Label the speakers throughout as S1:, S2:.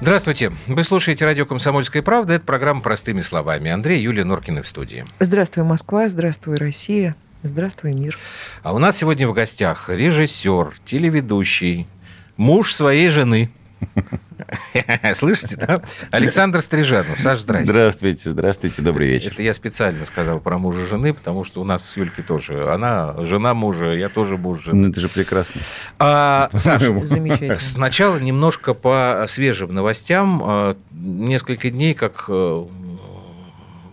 S1: Здравствуйте. Вы слушаете радио «Комсомольская правда». Это программа «Простыми словами». Андрей Юлия Норкина в студии.
S2: Здравствуй, Москва, здравствуй, Россия, здравствуй, мир.
S1: А у нас сегодня в гостях режиссер, телеведущий, муж своей жены. Слышите, да? Александр Стрижанов. Саш, здрасте.
S3: Здравствуйте, здравствуйте, добрый вечер.
S1: Это я специально сказал про мужа жены, потому что у нас с Юлькой тоже. Она жена мужа, я тоже муж жены.
S3: Ну, это же прекрасно.
S1: А, Саш,
S2: Замечательно.
S1: сначала немножко по свежим новостям. А, Несколько дней, как э,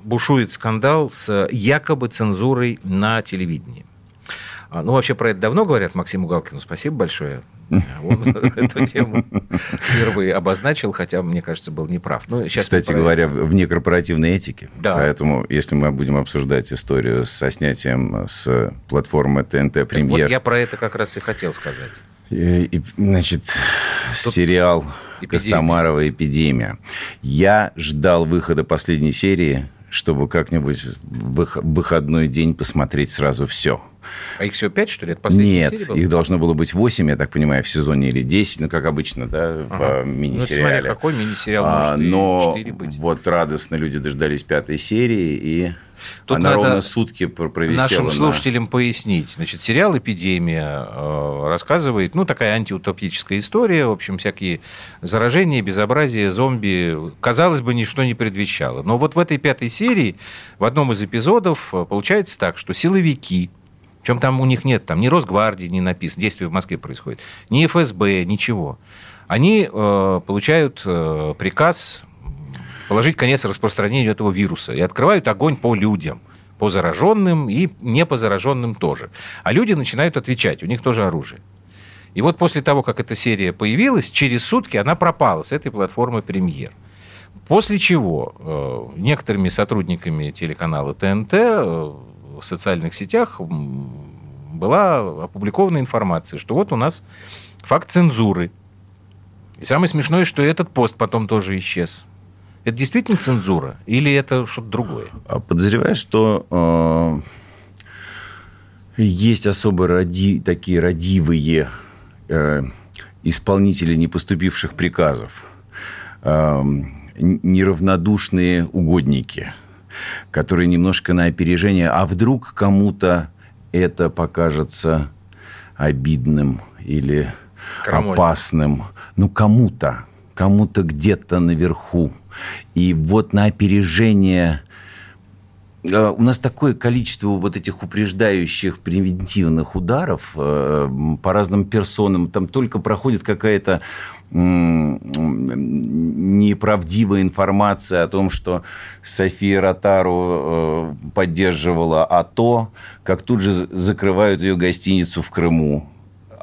S1: бушует скандал с якобы цензурой на телевидении. А, Ну, вообще про это давно говорят Максиму Галкину. Спасибо большое. Он эту тему впервые обозначил, хотя, мне кажется, был неправ. Ну, сейчас мы
S3: Кстати
S1: про
S3: говоря,
S1: это.
S3: вне корпоративной этики.
S1: Да.
S3: Поэтому, если мы будем обсуждать историю со снятием с платформы ТНТ
S1: Вот
S3: Премьер,
S1: я про это как раз и хотел сказать.
S3: э, и, значит, сериал
S1: эпидемия.
S3: Костомарова «Эпидемия». Я ждал выхода последней серии, чтобы как-нибудь в вых- выходной день посмотреть сразу все.
S1: А их всего пять, что ли? Это последняя
S3: Нет,
S1: серия была?
S3: их должно было быть 8, я так понимаю, в сезоне или 10, ну, как обычно, да,
S1: Ага.
S3: в э,
S1: Ну, это смотря
S3: мини-сериале.
S1: какой мини-сериал
S3: А,
S1: может и
S3: но
S1: четыре быть.
S3: вот радостно люди дождались пятой серии, и
S1: Тут
S3: она
S1: надо
S3: ровно сутки пр- провисела.
S1: Нашим
S3: на-
S1: слушателям пояснить. Значит, сериал «Эпидемия» э, рассказывает, ну, такая антиутопическая история, в общем, всякие заражения, безобразия, зомби. Казалось бы, ничто не предвещало. Но вот в этой пятой серии, в одном из эпизодов, э, получается так, что силовики, причем там у них нет, там ни Росгвардии не написано, действие в Москве происходит, ни ФСБ, ничего. Они э, получают э, приказ положить конец распространению этого вируса и открывают огонь по людям, по зараженным и не по зараженным тоже. А люди начинают отвечать, у них тоже оружие. И вот после того, как эта серия появилась, через сутки она пропала с этой платформы «Премьер». После чего э, некоторыми сотрудниками телеканала ТНТ э, в социальных сетях м, была опубликована информация, что вот у нас факт цензуры. И самое смешное, что этот пост потом тоже исчез. Это действительно цензура? Или это что-то другое?
S3: А Подозреваю, что э, есть особо ради, такие радивые э, исполнители непоступивших приказов, э, н- неравнодушные угодники, которые немножко на опережение, а вдруг кому-то это покажется обидным или
S1: Крамольным.
S3: опасным. Ну, кому-то, кому-то где-то наверху. И вот на опережение Э, У нас такое количество вот этих упреждающих превентивных ударов э, м, по разным персонам. Там только проходит какая-то м, м, неправдивая информация о том, что София Ротару э, поддерживала АТО, как тут же з- закрывают ее гостиницу в Крыму.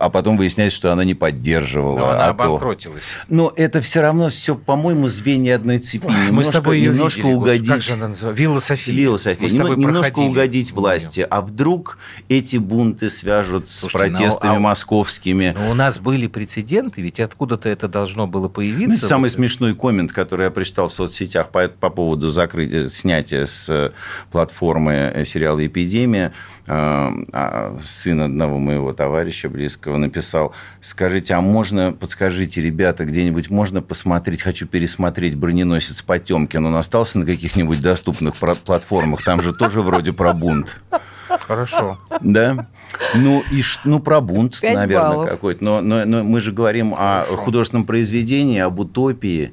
S3: А потом выясняется, что она не поддерживала
S1: Но Ну, она
S3: АТО.
S1: обанкротилась.
S3: Но это все равно все, по-моему, звенья одной цепи.
S1: Мы с
S3: Немножко-
S1: тобой ее
S3: немножко
S1: видели. Господи,
S3: угодить.
S1: Как же она называется? Вилла София.
S3: Лила
S1: Мы
S3: София,
S1: с тобой
S3: нем- немножко
S1: проходили
S3: угодить
S1: у
S3: власти. А вдруг эти бунты свяжут с
S1: Слушайте, ну,
S3: протестами
S1: а-
S3: московскими?
S1: неё. Но у нас были прецеденты, ведь откуда-то это должно было
S3: Ну,
S1: появиться.
S3: самый
S1: Вот.
S3: смешной коммент, который я прочитал в соцсетях по, по поводу закры- э, снятия с э, платформы э, сериала «Эпидемия», э, а, сын одного моего товарища близкого написал, скажите, а можно, подскажите, ребята, где-нибудь можно посмотреть, хочу пересмотреть «Броненосец Потемкин», он остался на каких-нибудь доступных про- платформах, там же тоже вроде про бунт.
S1: Хорошо.
S3: Да. Ну, и ш- ну про бунт,
S2: Пять
S3: наверное,
S2: баллов.
S3: какой-то. Но, но, но мы же говорим о художественном произведении, об утопии.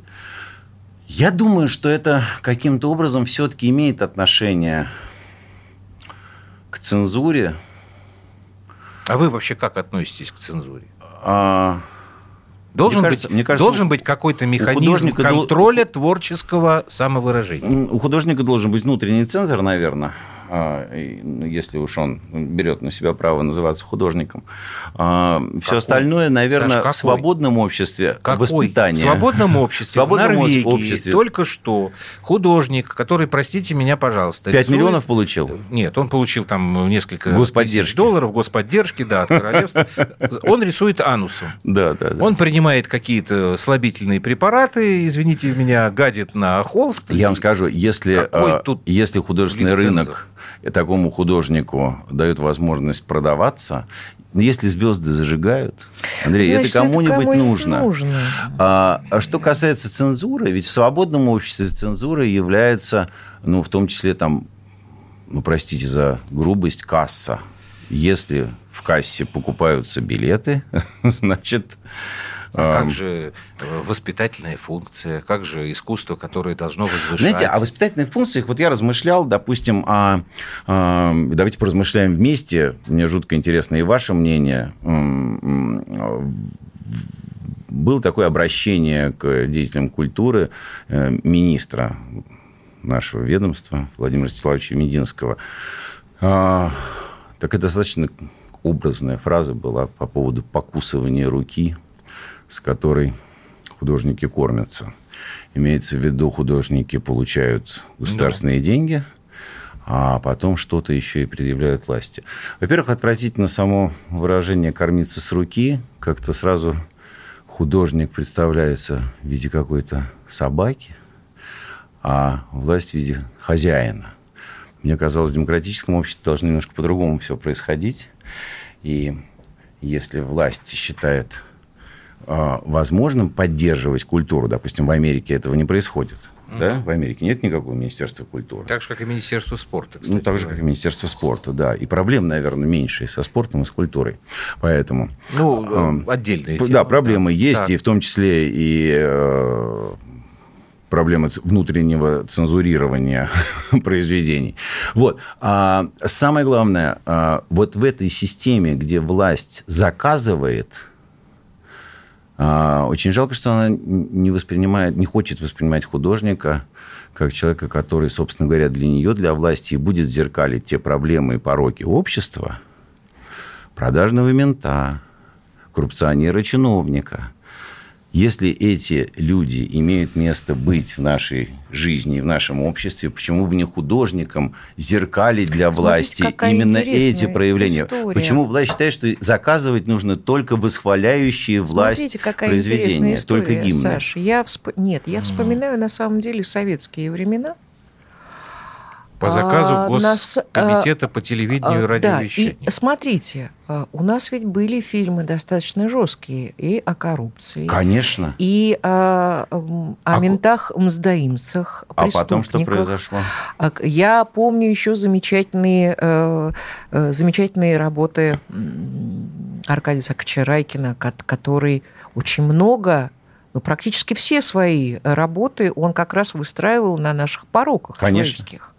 S3: Я думаю, что это каким-то образом все-таки имеет отношение к цензуре.
S1: А вы вообще как относитесь к цензуре?
S3: А,
S1: Должен,
S3: Мне кажется-
S1: быть,
S3: мне кажется,
S1: должен
S3: у-
S1: быть какой-то механизм
S3: художника дол-
S1: контроля творческого самовыражения.
S3: м, у художника должен быть внутренний цензор, наверное, а, и, ну, если уж он берет на себя право называться художником. все
S1: Какой?
S3: остальное,
S1: Саш,
S3: наверное,
S1: какой?
S3: в свободном обществе
S1: Какой?
S3: воспитание.
S1: В свободном обществе, в
S3: свободном
S1: Норвегии,
S3: обществе.
S1: только что художник, который, простите меня, пожалуйста,
S3: 5
S1: рисует-
S3: миллионов получил?
S1: Нет, он получил там ну, несколько
S3: Господдержки.
S1: тысяч долларов, господдержки, да, от королевства. Он рисует анусом.
S3: Да, да, да.
S1: Он принимает какие-то слабительные препараты, извините меня, гадит на холст.
S3: Я вам скажу, если,
S1: Какой
S3: э,
S1: тут
S3: если художественный
S1: лицензор?
S3: рынок такому художнику дают возможность продаваться, но если звезды зажигают, Андрей,
S2: Значит,
S3: это кому-нибудь
S2: кому-нибудь
S3: нужно. А, а что касается цензуры, ведь в свободном обществе цензурой является, ну, в том числе там, ну, простите за грубость, касса. Если в кассе покупаются билеты, значит... эм,
S1: А как же э, воспитательная функция, как же искусство, которое должно возвышать?
S3: Знаете, а о воспитательных функциях вот я размышлял, допустим, о, эм, давайте поразмышляем вместе. Мне жутко интересно и ваше мнение. М, м, э, Было такое обращение к деятелям культуры э, министра нашего ведомства Владимира Вячеславовича Мединского. А, Такая достаточно образная фраза была по поводу покусывания руки, с которой художники кормятся. Имеется в виду, художники получают государственные деньги, а потом что-то еще и предъявляют власти. Во-первых, отвратительно само выражение «кормиться с руки». Как-то сразу художник представляется в виде какой-то собаки, а власть в виде хозяина. Мне казалось, в демократическом обществе должно немножко по-другому все происходить. И если власть считает а, возможным поддерживать культуру, допустим, в Америке этого не происходит, да? В Америке нет никакого министерства культуры.
S1: Так же, как и Министерство спорта, кстати.
S3: Ну, так же, как и
S1: говоря.
S3: Министерство спорта, да. И проблем, наверное, меньше и со спортом, и с культурой. Поэтому...
S1: Ну,
S3: эм,
S1: э, отдельные
S3: П-
S1: темы,
S3: Да, проблемы есть,
S1: Так.
S3: и в том числе и э, проблемы ц- внутреннего цензурирования произведений. Вот. А самое главное, а, вот в этой системе, где власть заказывает, а, очень жалко, что она н- не воспринимает, не хочет воспринимать художника как человека, который, собственно говоря, для нее, для власти и будет зеркалить те проблемы и пороки общества, продажного мента, коррупционера, чиновника. Если эти люди имеют место быть в нашей жизни, в нашем обществе, почему бы не художникам зеркалить для
S2: Смотрите,
S3: власти
S2: какая
S3: именно эти
S2: интересная
S3: проявления?
S2: история.
S3: Почему власть считает, что заказывать нужно только восхваляющие власть
S2: Смотрите, какая интересная
S3: произведения,
S2: история,
S3: только гимны?
S2: Саша. Я всп- Нет, я вспоминаю на самом деле советские времена.
S1: По заказу
S2: а, нас, а,
S1: Госкомитета по телевидению и
S2: А, да, и
S1: радиовещанию. Ну,
S2: смотрите, а, у нас ведь были фильмы достаточно жесткие и о коррупции,
S3: Конечно.
S2: и а, м, о
S3: А ко-
S2: ментах, мздоимцах,
S3: А потом что
S2: преступниках.
S3: произошло?
S2: А к- Я помню еще замечательные, э, э, замечательные работы м, Аркадия Сакчарайкина, который очень много, ну, практически все свои работы он как раз выстраивал на наших пороках
S3: Конечно.
S2: человеческих.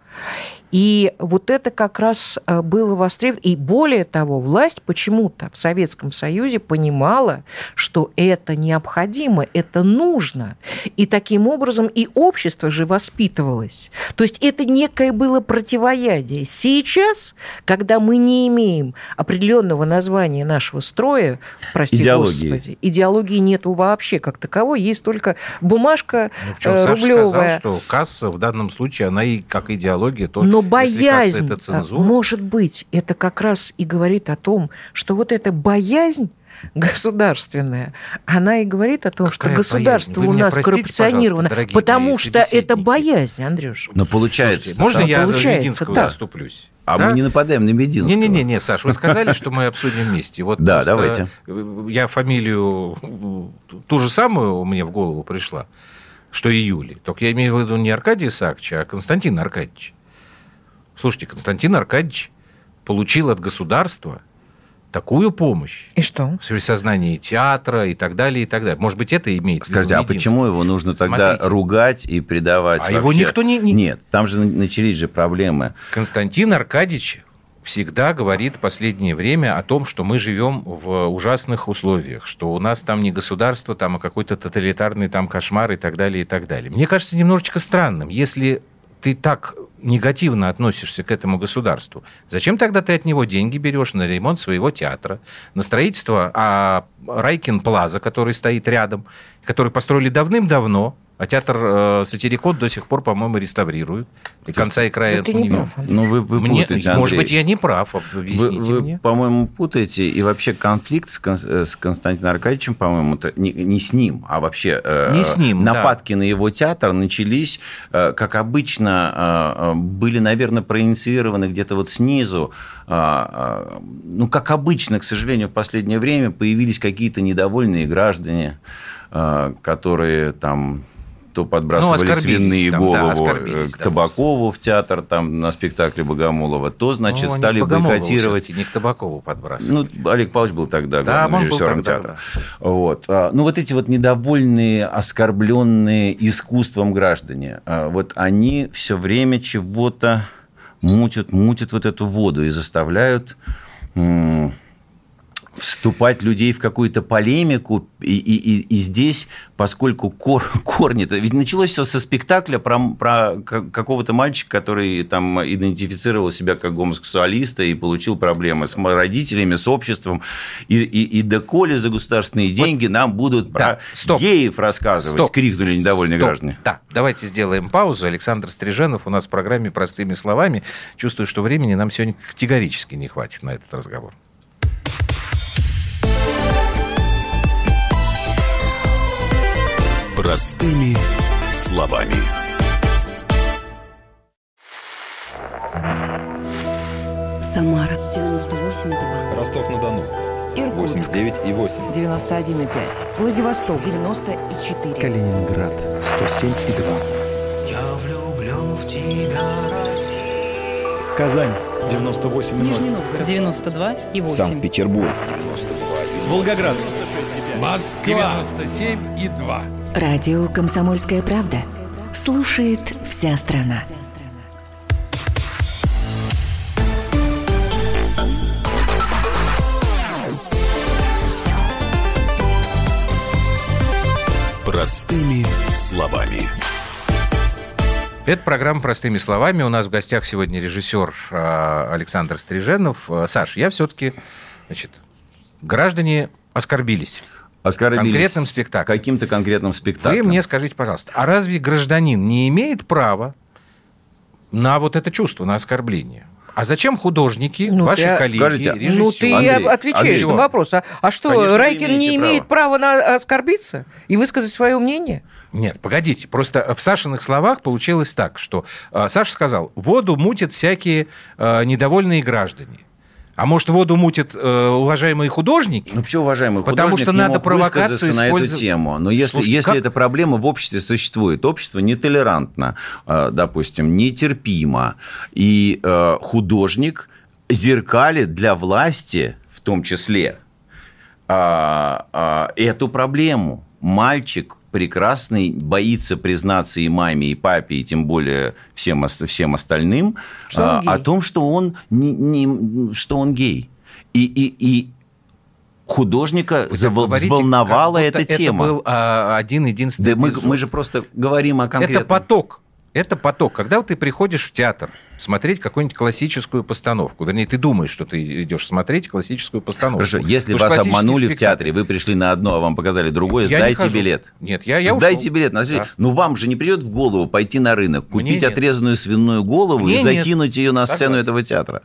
S2: И вот это как раз э, было востребовано. И более того, власть почему-то в Советском Союзе понимала, что это необходимо, это нужно. И таким образом и общество же воспитывалось. То есть это некое было противоядие. Сейчас, когда мы не имеем определенного названия нашего строя, прости
S3: Идеологии.
S2: господи, идеологии нету вообще как таковой, есть только бумажка
S1: Ну, причем
S2: э,
S1: Саша
S2: рублевая.
S1: сказал, что касса в данном случае, она и как идеология, то
S2: Но
S1: если
S2: боязнь,
S1: касса это цензура,
S2: а, может быть, это как раз и говорит о том, что вот эта боязнь государственная, она и говорит о том,
S1: Какая
S2: что государство
S1: боязнь? Вы
S2: у
S1: меня
S2: нас
S1: простите,
S2: коррупционировано,
S1: пожалуйста, дорогие мои
S2: потому что это
S1: собеседники.
S2: боязнь, Андрюш.
S3: Но получается...
S1: Слушайте, можно
S2: да,
S1: я за
S2: получается,
S1: Мединского
S2: да.
S1: заступлюсь?
S3: Ну, А
S1: Да?
S3: мы не нападаем на Мединского.
S1: Не-не-не, Саш, вы сказали, что мы обсудим вместе. Вот
S3: Да,
S1: просто Я фамилию ту же самую мне в голову пришла, что и Юли. Только я имею в виду не Аркадия Сакча, а Константина Аркадьевича. Слушайте, Константин Аркадьевич получил от государства такую помощь
S2: И что?
S1: в связи сознании театра и так далее, и так далее. Может быть, это имеет в виду
S3: Скажите, а
S1: Мединский?
S3: почему его нужно тогда
S1: Смотрите.
S3: ругать и предавать?
S1: А его
S3: вообще?
S1: никто не- не-
S3: Нет, там же на- начались же проблемы.
S1: Константин Аркадьевич всегда говорит в последнее время о том, что мы живем в ужасных условиях, что у нас там не государство, там а какой-то тоталитарный там кошмар и так далее, и так далее. Мне кажется немножечко странным, если ты так негативно относишься к этому государству, зачем тогда ты от него деньги берешь на ремонт своего театра, на строительство а, Райкин Плаза, который стоит рядом, который построили давным-давно, А театр э, Сатирикон до сих пор, по-моему, реставрирует. И конца и края
S2: Ты не
S1: видно.
S2: прав, Андрей.
S3: Ну, вы, вы
S1: Мне-
S3: путаете,
S1: может
S3: Андрей.
S1: быть, я не прав,
S3: Вы,
S1: объясните
S3: вы,
S1: мне.
S3: по-моему, путаете. И вообще конфликт с, Кон- э, с Константином Аркадьевичем, по-моему, это не, не с ним, а вообще э,
S1: Не с ним, да.
S3: нападки на его театр начались, э, как обычно, э, э, были, наверное, проинициированы где-то вот снизу. А, а, Ну, как обычно, к сожалению, в последнее время появились какие-то недовольные граждане, э, которые там то подбрасывали
S1: Ну, оскорбились
S3: свиные
S1: там, да,
S3: голову э,
S1: оскорбились,
S3: к
S1: да.
S3: Табакову в театр, там на спектакле Богомолова, то, значит,
S1: Ну, они
S3: стали
S1: Богомолова
S3: бойкотировать
S1: всё-таки, Не к Табакову подбрасывали.
S3: ну, Олег Павлович был тогда
S1: Да,
S3: главным
S1: он был
S3: режиссером
S1: тогда,
S3: театра. Вот. А, Ну, вот эти вот недовольные, оскорбленные искусством граждане, а, вот они все время чего-то мутят, мутят вот эту воду и заставляют м, вступать людей в какую-то полемику. И, и- и- и здесь, поскольку кор, корни-то... Ведь началось все со спектакля про, м- про ка- какого-то мальчика, который там идентифицировал себя как гомосексуалиста и получил проблемы с м- родителями, с обществом. И, и, и доколе за государственные деньги нам будут про
S1: Да, стоп.
S3: геев рассказывать,
S1: Стоп.
S3: крикнули недовольные
S1: Стоп.
S3: граждане.
S1: Да, давайте сделаем паузу. Александр Стриженов у нас в программе «Простыми словами». Чувствую, что времени нам сегодня категорически не хватит на этот разговор.
S4: Простыми словами.
S5: Самара
S6: 98,2.
S7: Ростов-на-Дону.
S5: Иркутск
S7: 89,8.
S5: 91,5
S2: Владивосток.
S5: 94
S7: Калининград. 107,2.
S8: Я влюблен в тебя, Россия.
S7: Казань. 98,0.
S5: 92 и 8
S7: Санкт-Петербург. Волгоград.
S9: Москва.
S10: Радио «Комсомольская правда». Слушает вся страна.
S4: Простыми словами.
S1: Это программа «Простыми словами». У нас в гостях сегодня режиссер а, Александр Стриженов. А, Саш, я все-таки... Значит, граждане оскорбились.
S3: Оскорбились
S1: Конкретным спектаклем.
S3: Каким-то конкретным спектаклем.
S1: Вы мне скажите, пожалуйста, а разве гражданин не имеет права на вот это чувство, на оскорбление? А зачем художники,
S2: Ну,
S1: ваши
S2: ты-
S1: коллеги,
S3: Скажите, ну,
S1: режиссеры?
S2: Ну, ты
S3: Андрей,
S2: отвечаешь
S1: Андрей.
S2: на вопрос. А, а что,
S3: Конечно, вы
S2: Райкин не
S3: имеете
S2: имеет права на э, оскорбиться и высказать свое мнение?
S1: Нет, погодите, просто в Сашиных словах получилось так, что э, Саша сказал, воду мутят всякие э, недовольные граждане. А может, воду мутят э, уважаемые художники?
S3: Ну почему, уважаемый
S1: Потому
S3: художник
S1: что
S3: не
S1: надо
S3: мог
S1: провокацию
S3: высказаться на эту
S1: использовать.
S3: тему? Но если,
S1: Слушайте,
S3: если
S1: как-
S3: эта проблема в обществе существует, общество нетолерантно, э, допустим, нетерпимо, и э, художник зеркалит для власти, в том числе, а, а, эту проблему. Мальчик прекрасный боится признаться и маме, и папе, и тем более всем, ос- всем остальным
S2: Что он
S3: а,
S2: гей.
S3: о том, что он, не, не- что он гей. И, и, и художника
S1: Вы так
S3: завол-
S1: говорите,
S3: взволновала
S1: как
S3: эта
S1: будто
S3: тема.
S1: Это был а, один единственный
S3: Да мы,
S1: эпизод.
S3: мы же просто говорим о конкретном...
S1: Это поток. Это поток. Когда ты приходишь в театр смотреть какую-нибудь классическую постановку, вернее, ты думаешь, что ты идешь смотреть классическую постановку.
S3: Хорошо, если
S1: Потому что
S3: вас
S1: классический
S3: обманули в
S1: спектакль-
S3: театре, вы пришли на одно, а вам показали другое,
S1: Я не
S3: сдайте
S1: хожу.
S3: билет.
S1: Нет, я, я
S3: Сдайте
S1: ушел.
S3: билет. на следующий-
S1: Да.
S3: Ну, вам же не придет в голову пойти на рынок,
S1: Мне
S3: купить
S1: нет.
S3: отрезанную свиную голову
S1: Мне
S3: и
S1: нет.
S3: закинуть ее на сцену
S1: Согласен.
S3: этого театра.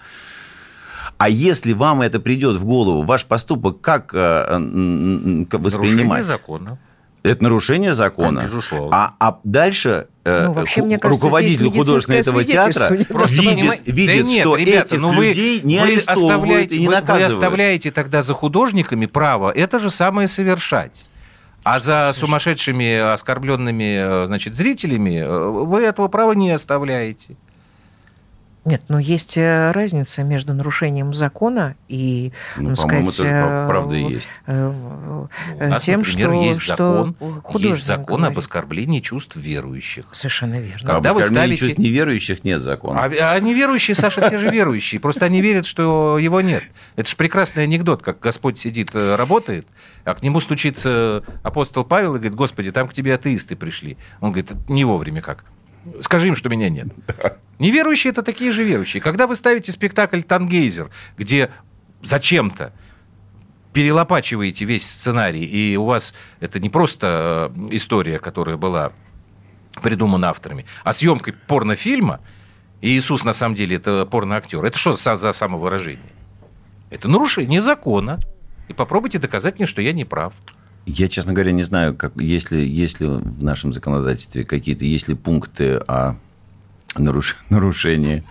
S3: А если вам это придет в голову, ваш поступок как э, м, м, как
S1: Нарушение
S3: воспринимать?
S1: закона.
S3: Это нарушение закона.
S1: Да, безусловно.
S3: А, а дальше э,
S2: Ну, вообще,
S3: ху-
S2: мне кажется,
S3: руководитель
S2: здесь
S3: художественного этого
S2: медицинское
S3: театра
S2: свидетельство.
S1: Просто
S3: видит,
S1: понимаете-
S3: видит
S1: Да нет,
S3: что
S1: ребята,
S3: этих
S1: ну вы-
S3: людей не
S1: вы
S3: арестовывают
S1: оставляете,
S3: и не
S1: вы, вы
S3: наказывают.
S1: оставляете тогда за художниками право это же самое совершать. А за сумасшедшими, оскорбленными, э, значит, зрителями э, вы этого права не оставляете.
S2: Нет, но есть э, разница между нарушением закона и,
S3: Ну,
S2: ну,
S3: по-моему,
S2: сказать,
S3: тоже прав-
S2: э,
S3: правда есть.
S2: э,
S1: У
S2: э,
S1: нас,
S2: тем,
S1: например,
S2: что,
S1: есть
S2: что
S1: закон,
S2: художник
S1: есть закон об
S2: говорит.
S1: оскорблении чувств верующих.
S2: Совершенно верно.
S1: Когда
S3: Об
S1: вы
S3: оскорблении
S1: ставите-
S3: чувств неверующих нет закона.
S1: А, а неверующие, Саша, те же верующие. Просто они верят, что его нет. Это же прекрасный анекдот, как Господь сидит, э, работает, а к нему стучится апостол Павел и говорит, Господи, там к тебе атеисты пришли. Он говорит, не вовремя как. Скажи им, что меня нет. Неверующие – это такие же верующие. Когда вы ставите спектакль «Тангейзер», где зачем-то перелопачиваете весь сценарий, и у вас это не просто э, история, которая была придуман авторами, а съемкой порнофильма, и Иисус на самом деле это порноактер, это что за, за самовыражение? Это нарушение закона. И попробуйте доказать мне, что я не прав.
S3: Я, честно говоря, не знаю, как, если, если в нашем законодательстве какие-то, есть ли пункты о наруш- нарушении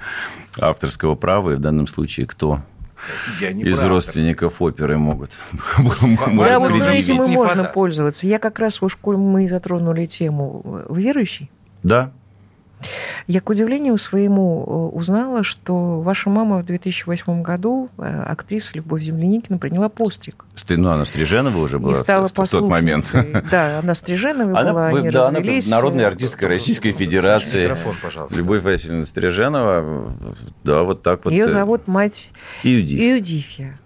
S3: авторского права, и в данном случае кто
S1: Я не
S3: из
S1: прав,
S3: родственников оперы могут,
S2: Да,
S1: Можно
S2: вот
S3: могут
S1: предъявить.
S2: этим и
S1: Не
S2: можно
S1: подаст.
S2: пользоваться. Я как раз, уж коль мы затронули тему э, верующий,
S3: Да,
S2: я к удивлению своему э, узнала, что ваша мама в 2008 году, э, актриса Любовь Земляникина, приняла постриг.
S3: Ст- ну она Стриженова уже
S2: и
S3: была в-
S2: стала
S3: в в тот момент.
S2: послушницей. Да, она Стриженовой была,
S3: вы-
S2: они
S3: да, она
S2: развелись.
S3: народная артистка Российской Федерации.
S1: микрофон, пожалуйста.
S3: Любовь Васильевна Стриженова, да, вот так вот.
S2: Ее
S3: э,
S2: зовут мать
S3: Иудифь.
S2: Иудифия.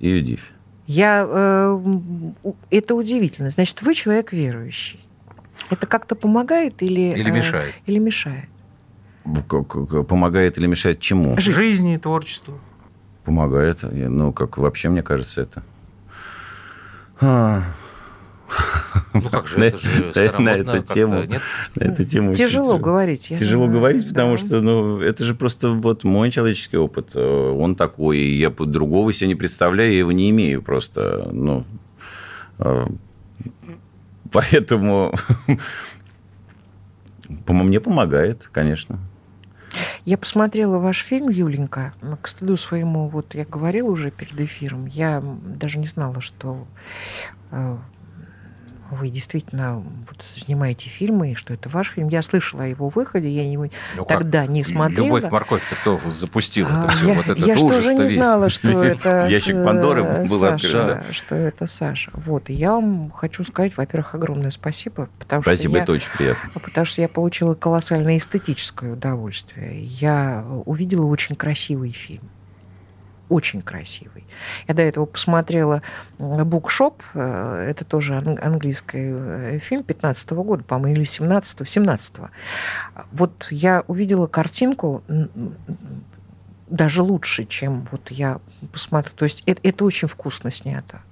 S3: Иудифь.
S2: Я, э, м, у- это удивительно. Значит, вы человек верующий. Это как-то помогает или...
S1: Или
S2: э,
S1: мешает.
S2: Или мешает.
S3: К- к- к- Помогает или мешает чему?
S1: Жить. Жизни, творчеству.
S3: Помогает. Я- Ну, как вообще, мне кажется, это... А,
S1: Ну как же,
S3: На-
S1: это же
S3: на-
S1: старомодно
S3: на эту
S1: как-то,
S3: тему.
S1: Нет?
S3: на эту тему очень
S2: Тяжело
S3: трудно.
S2: говорить. я
S3: Тяжело
S2: знаю.
S3: говорить, потому
S2: Да.
S3: что, ну, это же просто вот мой человеческий опыт. Э, Он такой, и я под другого себе не представляю, я его не имею просто. Ну, э, поэтому по- мне помогает, конечно.
S2: Я посмотрела ваш фильм «Юленька». К стыду своему, вот я говорила уже перед эфиром, я даже не знала, что э, вы действительно вот, снимаете фильмы, и что это ваш фильм. Я слышала о его выходе, я его
S1: Ну как?
S2: тогда не смотрела.
S1: Любовь морковь-то кто запустил это
S2: А,
S1: все,
S2: я,
S1: вот этот
S2: я ж
S1: ужас
S2: тоже не знала, что это
S3: Ящик
S2: с-
S3: Пандоры был
S2: Саша,
S3: открыт, да.
S2: что это Саша. Вот, и я вам хочу сказать, во-первых, огромное спасибо, потому
S3: Спасибо,
S2: что я
S3: это очень приятно.
S2: а потому что я получила колоссальное эстетическое удовольствие. Я увидела очень красивый фильм. Очень красивый. Я до этого посмотрела м, «Букшоп». э, Это тоже ан- английский э, фильм 15 года, по-моему, или 17-го, 17-го. Вот я увидела картинку м, м, м, даже лучше, чем вот я посмотрела. То есть э- это очень вкусно снято.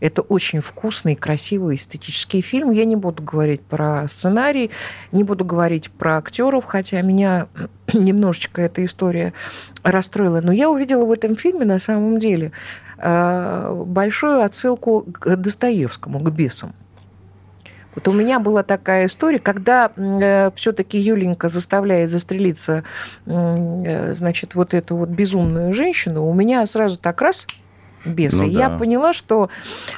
S2: Это очень вкусный, красивый, эстетический фильм. Я не буду говорить про сценарий, не буду говорить про актеров, хотя меня немножечко эта история расстроила. Но я увидела в этом фильме на самом деле э, большую отсылку к Достоевскому, к бесам. Вот у меня была такая история, когда все-таки Юленька заставляет застрелиться, м, э, значит, вот эту вот безумную женщину, у меня сразу так раз бесы.
S3: Ну
S2: И Я
S3: да.
S2: поняла, что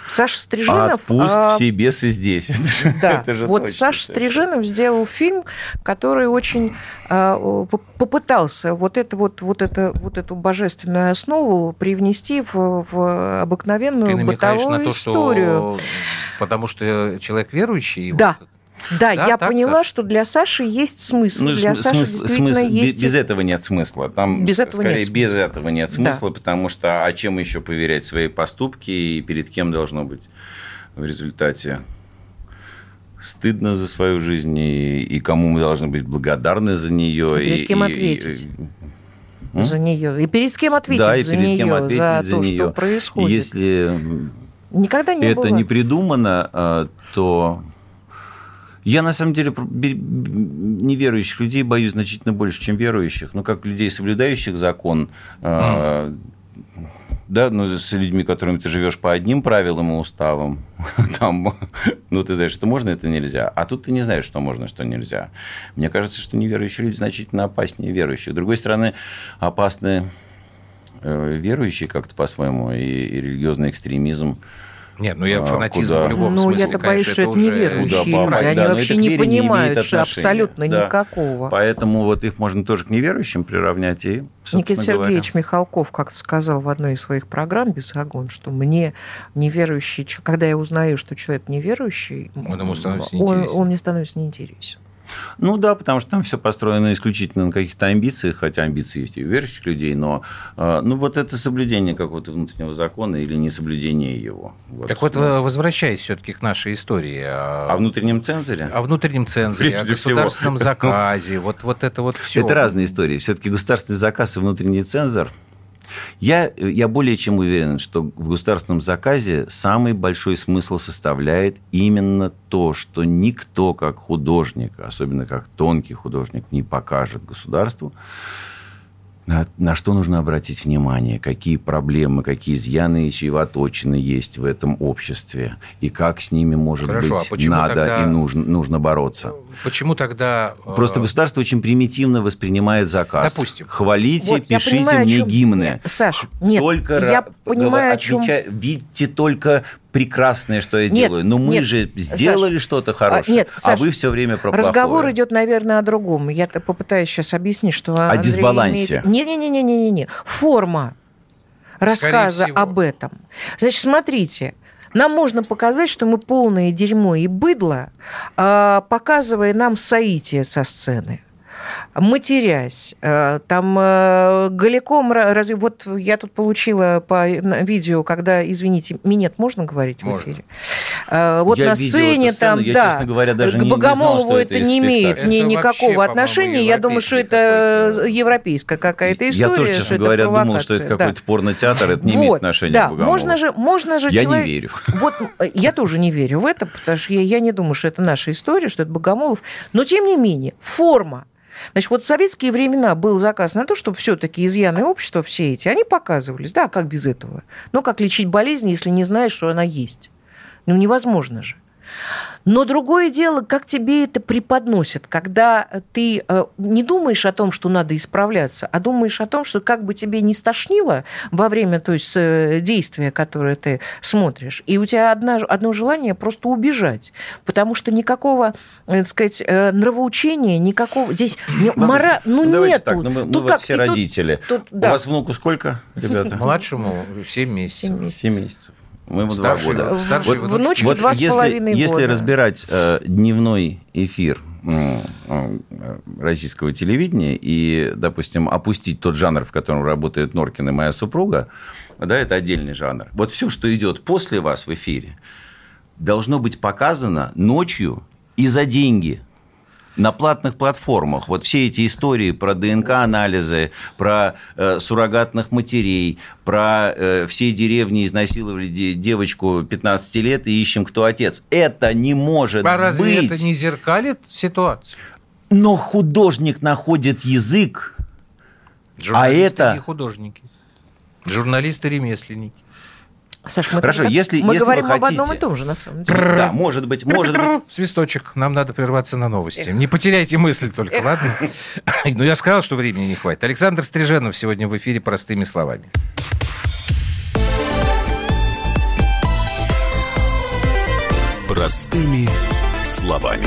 S2: Саша Стриженов...
S3: Отпусть
S2: а,
S3: все бесы здесь. Это же-
S2: да,
S3: это же
S2: вот
S3: точно.
S2: Саша Стриженов сделал фильм, который очень а, о, по- попытался вот это вот вот это вот эту божественную основу привнести в, в
S1: Ты
S2: обыкновенную
S1: намекаешь
S2: ну, бытовую
S1: на то,
S2: историю.
S1: что... Потому что человек верующий. и
S2: Да.
S1: вот-
S2: Да,
S1: Да,
S2: я
S1: так,
S2: поняла,
S1: Саша?
S2: что для Саши есть смысл,
S3: Ну,
S2: для
S3: см-
S2: Саши
S3: смысл-
S2: действительно
S3: смысл- бе-
S2: есть.
S3: Без этого нет смысла. Там
S2: Без
S3: с-
S2: этого
S3: скорее
S2: нет смысла.
S3: без этого нет
S2: Да.
S3: смысла, потому что а чем еще проверять свои поступки и перед кем должно быть в результате стыдно за свою жизнь и, и кому мы должны быть благодарны за нее.
S2: И перед
S3: и-
S2: кем
S3: и-
S2: ответить.
S3: и- М?
S2: за нее. И перед кем ответить
S3: Да, и
S2: за
S3: перед
S2: нее,
S3: кем ответить
S2: за,
S3: за
S2: то,
S3: неё.
S2: что происходит.
S3: Если
S2: Никогда не
S3: это
S2: было.
S3: не придумано, а, то я на самом деле про- бе- неверующих людей боюсь значительно больше, чем верующих. Ну, как людей, соблюдающих закон, а, да, ну, с людьми, которыми ты живешь по одним правилам и уставам, там, ну, ты знаешь, что можно, это нельзя. А тут ты не знаешь, что можно, что нельзя. Мне кажется, что неверующие люди значительно опаснее верующих. С другой стороны, опасны э, верующие как-то по-своему, и, и религиозный экстремизм.
S1: Нет, ну я
S3: А,
S1: фанатизм
S3: куда?
S1: в любом
S2: ну,
S1: смысле,
S2: я-то боюсь,
S1: конечно,
S2: что это
S1: уже-
S2: неверующие
S3: куда
S2: люди.
S3: попасть,
S2: Они
S3: да, но это
S2: вообще
S3: к
S2: не
S3: вере не
S2: понимают,
S3: имеет
S2: что
S3: отношения,
S2: абсолютно
S3: да.
S2: никакого.
S3: Поэтому вот их можно тоже к неверующим приравнять и, собственно
S2: Никита
S3: говоря.
S2: Сергеевич Михалков как-то сказал в одной из своих программ «Бесогон», что мне неверующий, чел- когда я узнаю, что человек неверующий,
S1: Он ему становится
S2: он,
S1: неинтересен.
S2: он мне становится неинтересен.
S3: Ну да, потому что там все построено исключительно на каких-то амбициях, хотя амбиции есть и у верующих людей, но э, ну вот это соблюдение какого-то внутреннего закона или несоблюдение его. Вот.
S1: Так вот,
S3: Ну,
S1: э, возвращаясь все-таки к нашей истории.
S3: о
S1: а-
S3: внутреннем цензоре?
S1: О внутреннем цензоре, о
S3: Прежде всего. Ну,
S1: государственном заказе, вот, вот это вот все.
S3: Это разные истории. Все-таки государственный заказ и внутренний цензор Я, я более чем уверен, что в государственном заказе самый большой смысл составляет именно то, что никто как художник, особенно как тонкий художник, не покажет государству, на, на что нужно обратить внимание, какие проблемы, какие изъяны и чревоточины есть в этом обществе, и как с ними, может
S1: Хорошо, а
S3: быть,
S1: почему
S3: надо
S1: тогда-
S3: и нужно, нужно бороться.
S1: Почему тогда... э,
S3: Просто государство очень примитивно воспринимает заказ.
S1: Допустим.
S3: Хвалите,
S2: Вот, я
S3: пишите
S2: понимаю, о
S3: мне
S2: чем-
S3: гимны.
S2: Саш, нет,
S3: только
S2: я
S3: ра-
S2: понимаю,
S3: гова-
S2: о чем...
S3: отвеча- Видите только прекрасное, что я
S2: Нет,
S3: делаю. Но мы
S2: нет,
S3: же сделали что-то хорошее.
S2: нет,
S3: а
S2: Саш,
S3: вы все время про
S2: Разговор
S3: плохое.
S2: идет, наверное, о другом. Я т- попытаюсь сейчас объяснить, что о
S3: дисбалансе.
S2: Не-не-не-не-не-не. Форма рассказа
S1: всего.
S2: об этом. Значит, смотрите. Нам можно показать, что мы полное дерьмо и быдло, а, показывая нам соитие со сцены. Матерясь, э, там э, голиком... ра- Разве... Вот я тут получила по на- видео, когда, извините, минет можно говорить
S1: Можно.
S2: в эфире? Э, Вот
S3: Я
S2: на
S3: видел эту
S2: сцене
S3: сцену,
S2: там,
S3: я,
S2: да.
S3: честно говоря, даже
S2: к
S3: не- не знал,
S2: Богомолову
S3: что
S2: это
S3: это из
S2: не имеет
S3: спектакля.
S2: ни-
S1: Это вообще,
S2: никакого
S1: по-моему,
S2: отношения. Я думаю, что это
S1: европейский какой-то.
S2: европейская какая-то
S3: Я
S2: история.
S3: тоже, честно
S2: что это
S3: говоря, думал, что это
S2: провокация, да.
S3: какой-то порнотеатр. Это не имеет
S2: Вот,
S3: отношения
S2: да.
S3: к Богомолову.
S2: Можно же, можно же
S3: Я
S2: человек-
S3: не верю.
S2: Вот э, я тоже не верю в это, потому что я, я не думаю, что это наша история, что это Богомолов. Но тем не менее, форма. Значит, вот в советские времена был заказ на то, чтобы все-таки изъяны общества все эти, они показывались. Да, как без этого? Ну, как лечить болезнь, если не знаешь, что она есть? Ну, невозможно же. Но другое дело, как тебе это преподносят, когда ты э, не думаешь о том, что надо исправляться, а думаешь о том, что как бы тебе не стошнило во время то есть, э, действия, которое ты смотришь, и у тебя одна, одно желание просто убежать, потому что никакого, э, так сказать, э, нравоучения, никакого... Здесь не, мора... Ну,
S3: Давайте
S2: нету.
S3: так, ну мы, мы
S2: Тут
S3: вот
S2: как,
S3: все
S2: и тут-
S3: родители.
S2: тут-
S3: У
S2: да.
S3: вас внуку сколько, ребята?
S1: Младшему 7 месяцев.
S2: Семь месяцев.
S3: 7 месяцев. Моему 2
S1: Старший
S3: года.
S2: В-
S1: Старшей
S2: в-
S1: внучке.
S2: внучке
S1: Вот
S2: два с половиной
S3: если
S2: года.
S3: разбирать э, дневной эфир м, м, э, российского телевидения и, допустим, опустить тот жанр, в котором работает Норкин и моя супруга, да, это отдельный жанр. Вот все, что идет после вас в эфире, должно быть показано ночью и за деньги. На платных платформах. Вот все эти истории про ДНК-анализы, про э, суррогатных матерей, про э, все деревни изнасиловали де- девочку 15 лет и ищем, кто отец. Это не может
S1: А разве
S3: быть.
S1: это не зеркалит ситуацию?
S3: Но художник находит язык.
S1: Журналисты
S3: А это-
S1: и художники. Журналисты-ремесленники.
S2: Саш, мы,
S3: Хорошо,
S2: тогда-
S3: если-
S2: мы
S3: если вы
S2: говорим об одном и
S3: хотите.
S2: том же, на самом деле.
S3: Да, может быть, может быть.
S1: Свисточек, нам надо прерваться на новости. Не потеряйте мысль только, ладно? Ну, я сказал, что времени не хватит. Александр Стриженов сегодня в эфире простыми словами.
S4: Простыми словами.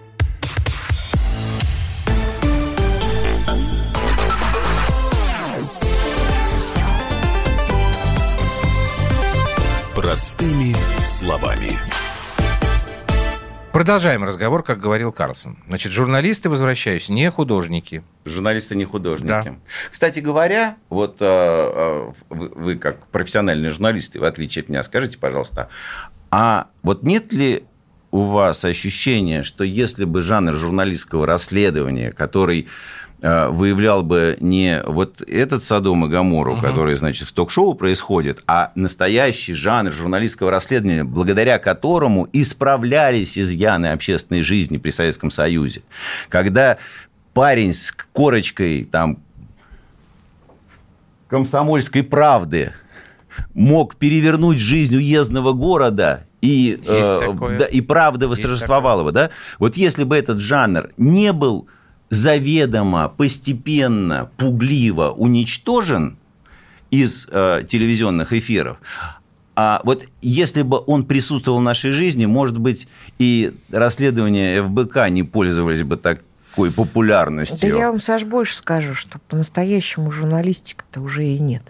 S4: Простыми словами.
S1: Продолжаем разговор, как говорил Карлсон. Значит, журналисты, возвращаюсь, не художники.
S3: Журналисты не художники.
S1: Да.
S3: Кстати говоря, вот э, э, вы, вы как профессиональные журналисты, в отличие от меня, скажите, пожалуйста, а вот нет ли у вас ощущения, что если бы жанр журналистского расследования, который э, выявлял бы не вот этот Содом и Гамору, который, значит, в ток-шоу происходит, а настоящий жанр журналистского расследования, благодаря которому исправлялись изъяны общественной жизни при Советском Союзе. Когда парень с корочкой там комсомольской правды мог перевернуть жизнь уездного города и,
S1: Есть
S3: э,
S1: такое.
S3: да, и правда
S1: Есть
S3: восторжествовала бы, да? Вот если бы этот жанр не был заведомо, постепенно, пугливо уничтожен из э, телевизионных эфиров, а вот если бы он присутствовал в нашей жизни, может быть, и расследования ФБК не пользовались бы такой
S2: Да
S3: популярностью.
S2: я вам, Саш, больше скажу, что по-настоящему журналистика-то уже и нет.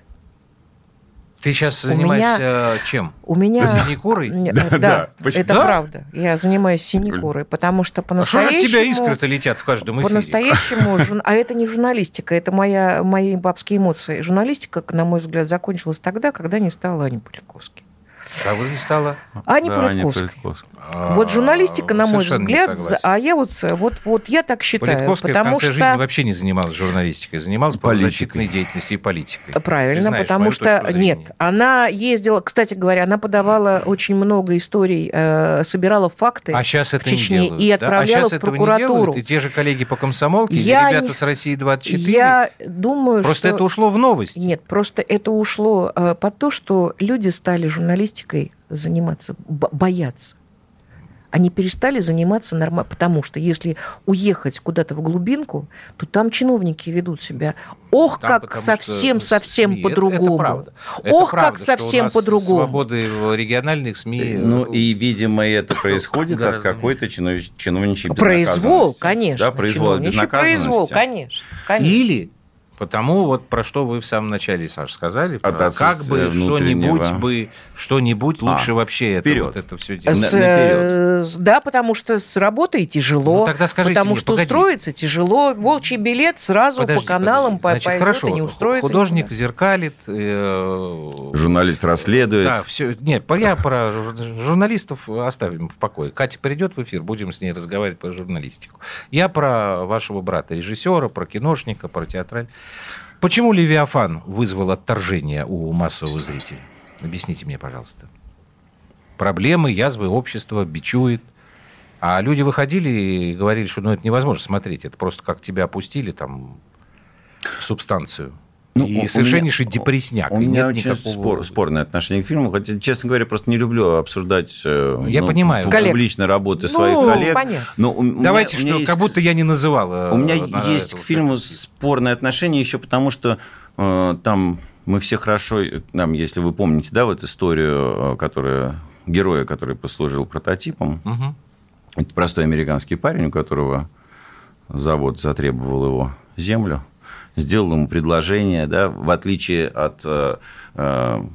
S1: Ты сейчас занимаешься меня, чем?
S2: У меня...
S1: Синекурой?
S2: Да, да, да это да? правда. Я занимаюсь синекурой, потому что по-настоящему...
S1: А что же от тебя искры-то летят в каждом эфире?
S2: По-настоящему... Жур... А это не журналистика, это моя, мои бабские эмоции. Журналистика, на мой взгляд, закончилась тогда, когда не стала Аня Политковской.
S1: Кого не стала?
S2: Ани да, а Политковской. А, вот журналистика, на мой взгляд, а я вот, вот, вот я так считаю, потому что
S1: жизни вообще не занималась журналистикой, занималась политикой деятельностью и политикой.
S2: Правильно, знаешь, потому что нет, она ездила, кстати говоря, она подавала очень много историй, э, собирала факты
S1: а сейчас это
S2: в Чечне
S1: не делают,
S2: и отправляла
S1: да? а
S2: в прокуратуру.
S1: делают, и те же коллеги по комсомолке, я и ребята не... с России 24.
S2: Я думаю,
S1: просто
S2: что...
S1: это ушло в новость.
S2: Нет, просто это ушло э, под то, что люди стали журналистикой заниматься, боятся они перестали заниматься нормально, потому что если уехать куда-то в глубинку, то там чиновники ведут себя. Ох, там, как совсем, совсем по-другому. Ох,
S1: правда,
S2: как совсем по-другому.
S1: Свободы в региональных СМИ. э,
S3: Ну и, видимо, это происходит от какой-то чиновничьей
S2: Произвол, конечно.
S3: Да, произвол безнаказанности.
S2: Произвол, конечно. конечно.
S1: Или Потому вот про что вы в самом начале, Саша, сказали, про От как бы что-нибудь бы, что-нибудь лучше а, вообще
S3: вперед.
S1: это, вот это все
S2: делать. С, наперед. Да, потому что с работой тяжело,
S1: ну, тогда скажите
S2: потому
S1: мне,
S2: что
S1: погоди.
S2: устроиться тяжело, волчий билет сразу
S1: Подожди,
S2: по каналам
S1: подожди. Значит,
S2: пойдет
S1: хорошо,
S2: и не устроится.
S1: Художник
S2: никуда.
S1: зеркалит. э,
S3: Журналист расследует.
S1: Да, все. Нет, по- я про жур- журналистов оставим в покое. Катя придет в эфир, будем с ней разговаривать про журналистику. Я про вашего брата, режиссера, про киношника, про театраль. Почему Левиафан вызвал отторжение у массового зрителя? Объясните мне, пожалуйста. Проблемы, язвы общества, бичует. А люди выходили и говорили, что ну, это невозможно смотреть, это просто как тебя опустили там в субстанцию.
S3: Ну,
S1: и
S3: у- у
S1: совершеннейший
S3: меня-
S1: депресняк.
S3: У
S1: и
S3: меня
S1: нет
S3: очень
S1: никакого-
S3: спор- спорное отношение к фильму. Хотя, честно говоря, просто не люблю обсуждать э,
S1: Я понимаю.
S3: пу-
S2: Коллег.
S3: публично работы
S1: Ну,
S3: своих коллег.
S2: понятно.
S3: Но у- у меня-
S1: Давайте,
S3: у меня
S1: что
S3: есть-
S1: как будто я не называл. э,
S3: У меня
S1: на
S3: есть к
S1: этого
S3: фильму
S1: как-то.
S3: спорное отношение еще потому, что э, там мы все хорошо, э, нам, если вы помните, да, вот историю, э, которая героя, который послужил прототипом,
S1: Мгм.
S3: это простой американский парень, у которого завод затребовал его землю, сделал ему предложение, да, в отличие от э, э,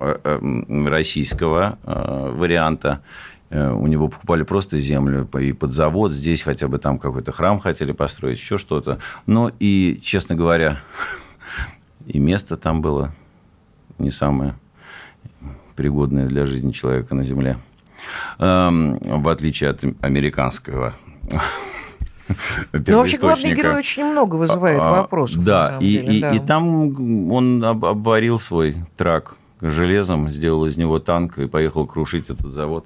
S3: э, м, российского э, варианта, э, у него покупали просто землю по- и под завод, здесь хотя бы там какой-то храм хотели построить, еще что-то. Но и, честно говоря, и место там было не самое пригодное для жизни человека на Земле. Эм, в отличие от американского
S2: Но Ну, вообще главный
S3: первоисточника.
S2: герой очень много вызывает
S3: А,
S2: вопросов.
S3: Да,
S2: на самом
S3: и,
S2: деле,
S3: и-
S2: да.
S3: и там он об- обварил свой трак железом, сделал из него танк и поехал крушить этот завод.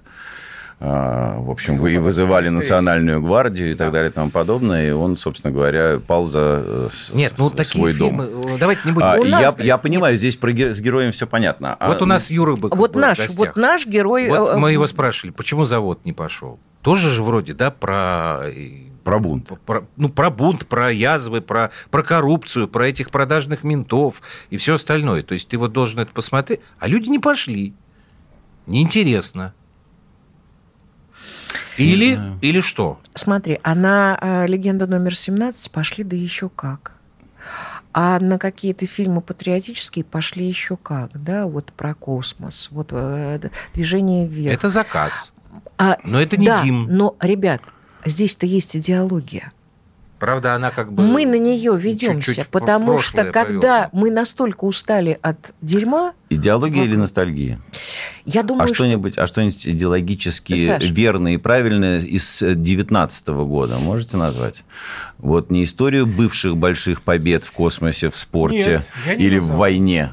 S3: А, в общем, вы и вызывали национальную гвардию и так далее и тому подобное. И он, собственно говоря, пал за э, с-
S1: Нет,
S3: с-
S1: ну
S3: с-
S1: такие
S3: свой
S1: фильмы.
S3: дом.
S1: э, Давайте не будем.
S3: А,
S1: У
S3: и
S1: нас-
S3: я, я понимаю, здесь про ге- с героем все понятно. А-
S1: Вот у нас Юра Быков
S2: Вот
S1: был в
S2: наш,
S1: гостях.
S2: вот наш герой...
S1: Вот
S2: э,
S1: мы его спрашивали, почему завод не пошел? Тоже же вроде, да, про... э,
S3: Про бунт.
S1: про- ну, про бунт, про язвы, про, про коррупцию, про этих продажных ментов и все остальное. То есть ты вот должен это посмотреть. А люди не пошли. Неинтересно. Или,
S3: знаю.
S1: или что?
S2: Смотри, она э, легенда номер 17 пошли да еще как. А на какие-то фильмы патриотические пошли еще как, да, вот про космос, вот э, д- движение вверх.
S1: Это заказ.
S2: А,
S1: Но это не
S2: да,
S1: гимн.
S2: но, ребят, здесь-то есть идеология.
S1: Правда, она как бы...
S2: мы на нее ведемся,
S1: чуть-чуть в
S2: потому что
S1: прошлое
S2: когда
S1: повёрнута.
S2: мы настолько устали от дерьма,
S3: Идеология
S2: Вот.
S3: или ностальгия?
S2: я думаю,
S3: А
S2: что
S3: что-нибудь, а что-нибудь идеологически
S2: Саш.
S3: верное и правильное из 19 года можете назвать? Вот не историю бывших больших побед в космосе, в спорте
S1: Нет, я не
S3: или в
S1: назову.
S3: войне.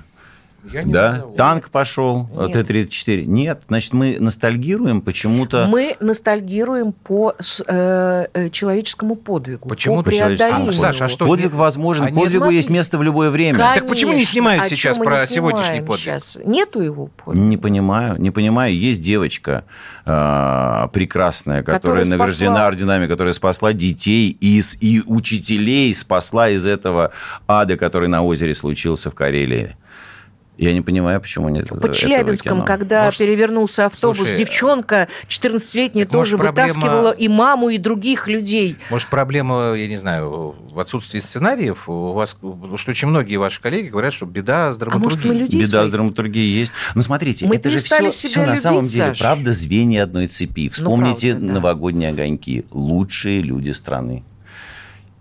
S1: Я не
S3: Да?
S1: назову.
S3: Танк пошел,
S2: Нет.
S3: Т-34. Нет, значит, мы ностальгируем почему-то.
S2: мы ностальгируем по с- э, э, человеческому подвигу,
S1: Почему
S2: по
S1: ты человеческому
S2: преодолению.
S1: подвигу? Саша, а что
S3: Подвиг
S1: нет?
S3: возможен,
S1: Они-
S3: подвигу
S2: Смотри.
S3: есть место в любое время.
S1: Так почему не снимают
S2: Конечно. А
S1: сейчас
S2: чё мы
S1: про
S2: не снимаем
S1: сегодняшний подвиг?
S2: Сейчас? Нету его подвига.
S3: Не понимаю, не понимаю. Есть девочка а, прекрасная, которая,
S2: Которая спасла.
S3: награждена орденами, которая спасла детей из, и учителей, спасла из этого ада, который на озере случился в Карелии. Я не понимаю, почему нет
S2: По Челябинском, когда
S1: Может,
S2: перевернулся автобус,
S1: слушай,
S2: девчонка 14-летняя
S1: так, может,
S2: тоже
S1: проблема-
S2: вытаскивала и маму, и других людей.
S1: Может, проблема, я не знаю, в отсутствии сценариев у вас, потому что очень многие ваши коллеги говорят, что беда с
S2: А может, мы
S1: драматургией.
S2: людей
S3: Беда с
S2: своих?
S3: драматургией есть. Ну, смотрите,
S2: Мы
S3: это же
S2: перестали
S3: все,
S2: себя
S3: на
S2: любить,
S3: самом деле,
S2: Саш.
S3: правда, звенья одной цепи. Вспомните
S2: правда, да.
S3: новогодние огоньки. Лучшие люди страны.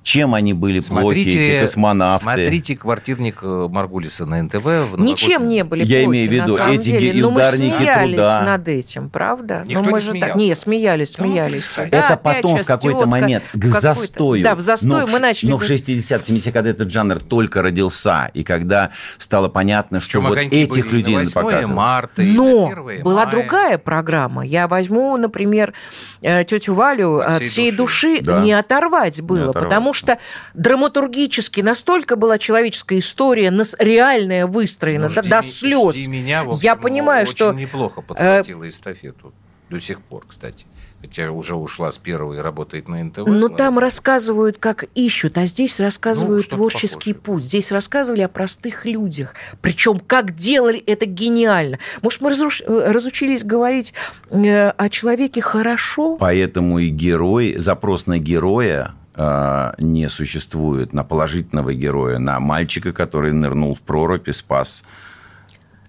S3: Чем они были плохи, эти космонавты?
S1: смотрите квартирник э, Маргулиса на НТВ. в
S2: Ничем
S1: новогоднюю-
S2: не были
S3: Я
S2: плохи,
S3: имею в
S2: на
S3: виду,
S2: самом
S3: эти
S2: деле.
S3: и
S2: Но мы
S3: ударники
S2: смеялись
S3: труда.
S2: над этим, правда?
S1: Никто
S2: Но
S1: не
S2: мы же так...
S1: смеялся.
S2: Не, смеялись,
S1: Да,
S2: смеялись.
S1: кстати.
S2: Да,
S3: это
S2: опять
S3: потом в
S2: сейчас
S3: какой-то
S2: тетка
S3: момент к
S2: какой-то-
S3: застою.
S2: Да, в застой
S3: Но в
S2: мы
S3: ш-
S2: начали...
S3: Но в 60-70 годы этот жанр только родился. И когда стало понятно, что
S1: Причем
S3: вот
S1: огоньки
S3: этих
S1: были
S3: людей
S1: на
S3: надо
S1: 8
S3: показывать.
S1: марта и на
S2: Но
S1: 1
S2: была
S1: мая.
S2: другая программа. Я возьму, например, э, тетю Валю
S1: От
S2: от
S1: всей
S2: всей
S1: души».
S2: души,
S3: Да.
S2: не оторвать было,
S3: оторвать,
S2: потому что драматургически настолько была человеческая история нас реальная выстроена
S1: Ну,
S2: до,
S1: жди
S2: до
S1: ми-
S2: слез.
S1: жди меня, в общем,
S2: Я понимаю,
S1: очень
S2: что, э,
S1: неплохо подхватила эстафету. До сих пор, кстати. Хотя уже ушла с первого и работает на НТВ.
S2: Но
S1: слава
S2: Ну, там
S1: богу.
S2: рассказывают, как ищут, а здесь рассказывают
S1: что-то
S2: творческий
S1: похожее.
S2: путь. Здесь рассказывали о простых людях. Причем, как делали это гениально. Может, мы разруш- э, разучились говорить э, о человеке хорошо?
S3: Поэтому и герой, запрос на героя э, не существует, на положительного героя, на мальчика, который нырнул в прорубь и спас.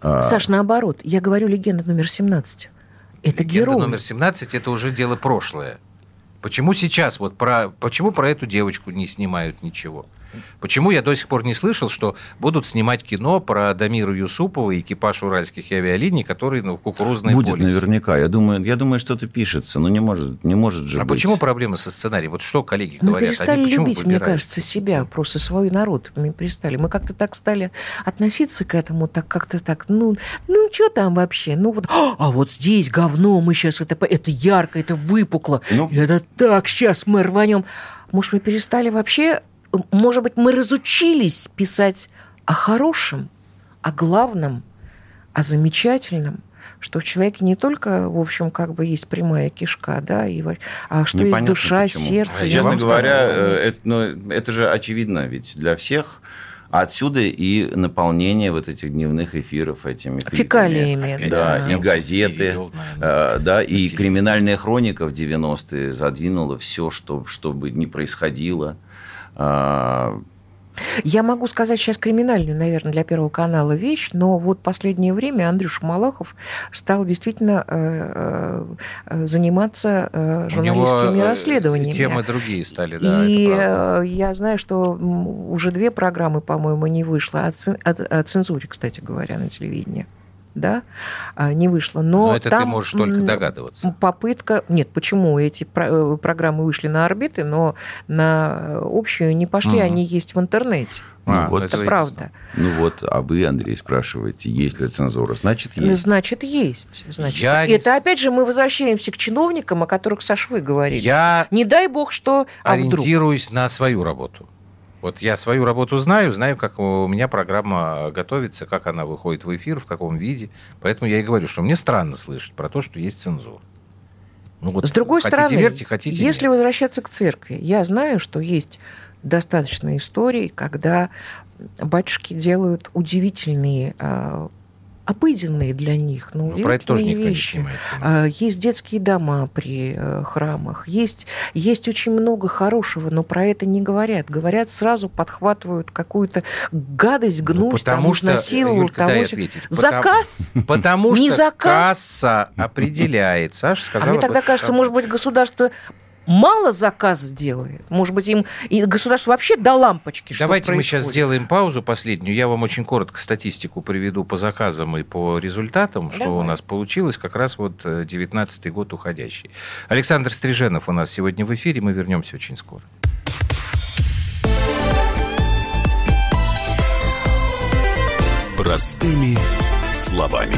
S3: э,
S2: Саш, наоборот, я говорю легенда номер 17.
S1: Легенда
S2: Это герой.
S1: номер 17 это уже дело прошлое. Почему сейчас вот про почему про эту девочку не снимают ничего? Почему я до сих пор не слышал, что будут снимать кино про Дамиру Юсупова и экипаж уральских авиалиний, который ну, в кукурузной
S3: Будет
S1: полисе?
S3: наверняка. Я думаю, я думаю, что-то пишется, но не может, не может же
S1: А
S3: быть.
S1: почему проблема со сценарием? Вот что коллеги
S2: Мы
S1: говорят? они
S2: Ну, перестали
S1: почему
S2: любить, мне
S1: выбирают?
S2: кажется, себя, просто свой народ. Мы перестали. Мы как-то так стали относиться к этому, так как-то так, ну, ну что там вообще? Ну вот, «А, а вот здесь говно, мы сейчас это, по- это ярко, это выпукло,
S3: Ну.
S2: это так, сейчас мы рванем. Может, мы перестали вообще, может быть, мы разучились писать о хорошем, о главном, о замечательном, что в человеке не только, в общем, как бы есть прямая кишка, да, и, во- а что есть
S3: Непонятно
S2: душа,
S3: почему.
S2: сердце.
S1: А
S2: и
S1: я
S3: Честно
S1: вам
S2: мозг.
S3: говоря,
S1: скажу,
S3: э, это, ну, это же очевидно ведь для всех. Отсюда и наполнение вот этих дневных эфиров этими
S2: Фекалиями,
S3: клипами.
S2: да.
S3: Да, и газеты,
S1: Перевел, наверное.
S3: э, да, и
S1: Телевидение.
S3: криминальная хроника в 90-е задвинула все, что, что бы ни происходило. А,
S2: Я могу сказать сейчас криминальную, наверное, для Первого канала вещь, но вот последнее время Андрюш Малахов стал действительно э, э, заниматься э,
S1: У
S2: журналистскими
S1: него, э,
S2: расследованиями.
S1: Темы другие стали, да.
S2: и
S1: это правда.
S2: э, я знаю, что м, уже две программы, по-моему, не вышло. О, цен- о- о цензуре, кстати говоря, на телевидении. Да, а, не вышло. Но,
S1: Но это ты
S2: там,
S1: можешь только
S2: м,
S1: догадываться.
S2: Попытка... Нет, почему эти про- э, программы вышли на орбиты, но на э, общую не пошли,
S1: Мгм.
S2: они есть в интернете.
S1: А,
S3: ну вот,
S1: ну
S2: Это
S1: известно.
S2: правда.
S3: ну вот, а вы, Андрей, спрашиваете, есть ли цензура? Значит, есть.
S2: Значит, есть. Значит,
S1: Я не
S2: это
S1: с-
S2: опять же мы возвращаемся к чиновникам, о которых, Саш, вы говорили.
S1: Я
S2: Не дай бог, что... А вдруг?
S1: ориентируюсь на свою работу. Вот я свою работу знаю, знаю, как у меня программа готовится, как она выходит в эфир, в каком виде. Поэтому я и говорю, что мне странно слышать про то, что есть цензура. Ну вот
S2: С другой
S1: хотите
S2: стороны,
S1: верьте, хотите
S2: если
S1: нет.
S2: возвращаться к церкви, я знаю, что есть достаточно историй, когда батюшки делают удивительные, а, обыденные для них, но
S1: Ну, про это тоже
S2: удивительные
S1: никто
S2: вещи.
S1: не снимает. кино.
S2: А, Есть детские дома при э, храмах, есть, есть очень много хорошего, но про это не говорят. Говорят, сразу подхватывают какую-то гадость,
S1: Ну,
S2: гнусь,
S1: потому
S2: там,
S1: что,
S2: изнасиловал,
S1: Юлька, дай
S2: того сё-
S1: ответить. Потому-
S2: Заказ? А
S1: Потому
S2: Не
S1: что
S2: заказ?
S1: касса определяет. Саша сказала...
S2: а мне тогда
S1: вот
S2: кажется,
S1: так.
S2: может быть, государство мало заказ сделает. Может быть, им и государство вообще до лампочки. что
S1: Давайте мы сейчас
S2: происходит.
S1: сделаем паузу последнюю. Я вам очень коротко статистику приведу по заказам и по результатам, что
S2: Давай.
S1: у нас получилось как раз вот э, 19-й год уходящий. Александр Стриженов у нас сегодня в эфире. Мы вернемся очень скоро.
S4: Простыми словами.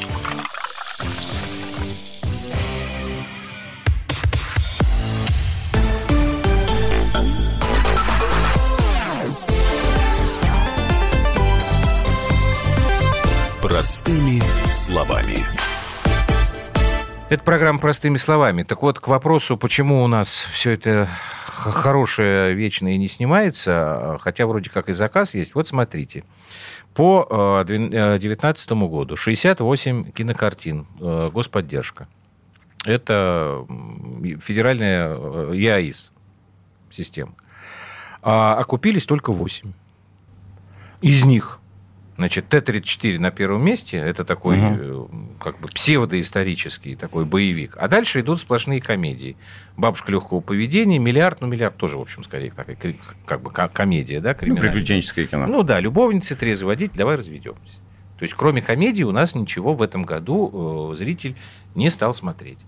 S4: Простыми словами.
S1: Это программа «Простыми словами». Так вот, к вопросу, почему у нас все это х- хорошее вечное не снимается, а, хотя вроде как и заказ есть. Вот смотрите. По э, 2019 году 68 кинокартин, э, господдержка. Это м, федеральная э, ЕАИС система. А окупились только 8. Из них Значит, Т-34 на первом месте. Это такой э, как бы псевдоисторический такой боевик. А дальше идут сплошные комедии. «Бабушка легкого поведения», «Миллиард». Ну, «Миллиард» тоже, в общем, скорее такая кри- как бы ко- комедия, да,
S3: Ну,
S1: криминальная.
S3: приключенческое кино.
S1: Ну да, любовницы, трезвый водитель, давай разведемся. То есть, кроме комедии, у нас ничего в этом году э, зритель не стал смотреть.